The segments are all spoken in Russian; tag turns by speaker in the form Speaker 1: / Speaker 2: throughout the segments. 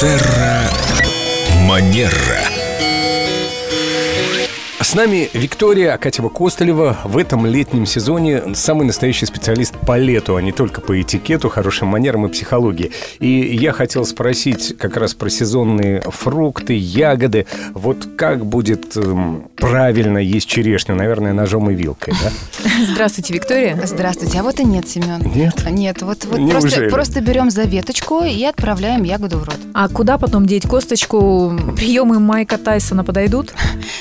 Speaker 1: Терра Манера.
Speaker 2: С нами Виктория Акатьева Костолева. В этом летнем сезоне самый настоящий специалист по лету, а не только по этикету, хорошим манерам и психологии. И я хотел спросить как раз про сезонные фрукты, ягоды. Вот как будет эм, правильно есть черешню? Наверное, ножом и вилкой, да?
Speaker 3: Здравствуйте, Виктория.
Speaker 4: Здравствуйте, а вот и нет, Семен.
Speaker 2: Нет?
Speaker 4: Нет, вот, вот
Speaker 2: Неужели?
Speaker 4: просто, просто берем за веточку и отправляем ягоду в рот.
Speaker 3: А куда потом деть косточку? Приемы Майка Тайсона подойдут?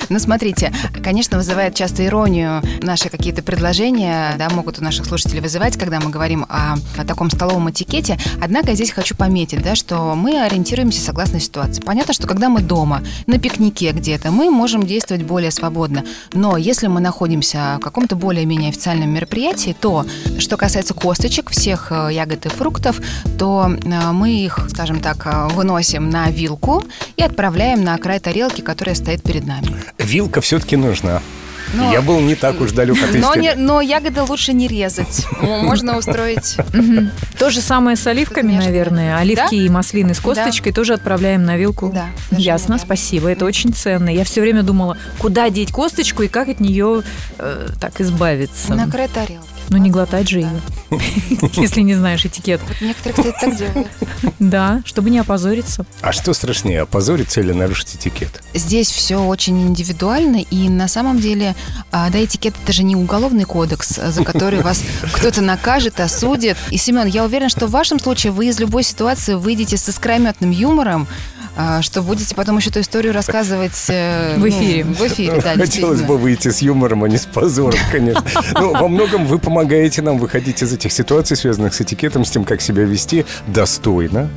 Speaker 4: Ну, смотрите, конечно, вызывает часто иронию наши какие-то предложения, да, могут у наших слушателей вызывать, когда мы говорим о, о таком столовом этикете. Однако я здесь хочу пометить, да, что мы ориентируемся согласно ситуации. Понятно, что когда мы дома, на пикнике где-то, мы можем действовать более свободно. Но если мы находимся в каком-то более-менее официальном мероприятии, то, что касается косточек, всех э, ягод и фруктов, то э, мы их, скажем так, э, выносим на вилку и отправляем на край тарелки, которая стоит перед нами.
Speaker 2: Вилка все-таки нужна.
Speaker 4: Но-
Speaker 2: Я был не так уж далек от
Speaker 4: Но, не-
Speaker 2: истины.
Speaker 4: но ягоды лучше не резать. М, Можно устроить.
Speaker 3: Мгм. То же самое с оливками,
Speaker 4: Конечно.
Speaker 3: наверное. Оливки и маслины с косточкой тоже отправляем на вилку.
Speaker 4: Да, даже
Speaker 3: Ясно,
Speaker 4: не так.
Speaker 3: спасибо. Это очень ценно. Я все время думала, куда деть косточку и как от нее э, так избавиться.
Speaker 4: На край тарелки.
Speaker 3: Ну не глотать же ее, если не знаешь этикет.
Speaker 4: Вот некоторые, кстати, так делают.
Speaker 3: Да, чтобы не опозориться.
Speaker 2: А что страшнее, опозориться или нарушить этикет?
Speaker 4: Здесь все очень индивидуально, и на самом деле, а, да, этикет это же не уголовный кодекс, а, за который вас кто-то накажет, осудит. И, Семен, я уверена, что в вашем случае вы из любой ситуации выйдете с искрометным юмором, а, что будете потом еще эту историю рассказывать э,
Speaker 3: В
Speaker 4: ну,
Speaker 3: эфире.
Speaker 4: В эфире, да,
Speaker 2: Хотелось
Speaker 4: действительно.
Speaker 2: бы выйти с юмором, а не с позором, конечно. Но во многом вы помогаете нам выходить из этих ситуаций, связанных с этикетом, с тем, как себя вести достойно.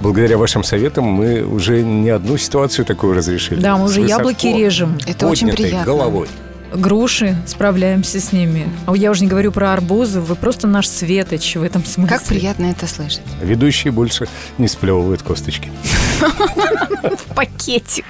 Speaker 2: Благодаря вашим советам мы уже не одну ситуацию такую разрешили.
Speaker 3: Да, мы
Speaker 2: С
Speaker 3: уже
Speaker 2: высоко
Speaker 3: яблоки режем.
Speaker 4: Это очень
Speaker 2: поднятой
Speaker 4: приятно.
Speaker 2: головой.
Speaker 3: Груши, справляемся с ними. А я уже не говорю про арбузы, вы просто наш светоч в этом смысле.
Speaker 4: Как приятно это слышать.
Speaker 2: Ведущие больше не сплевывают косточки.
Speaker 3: Пакетик.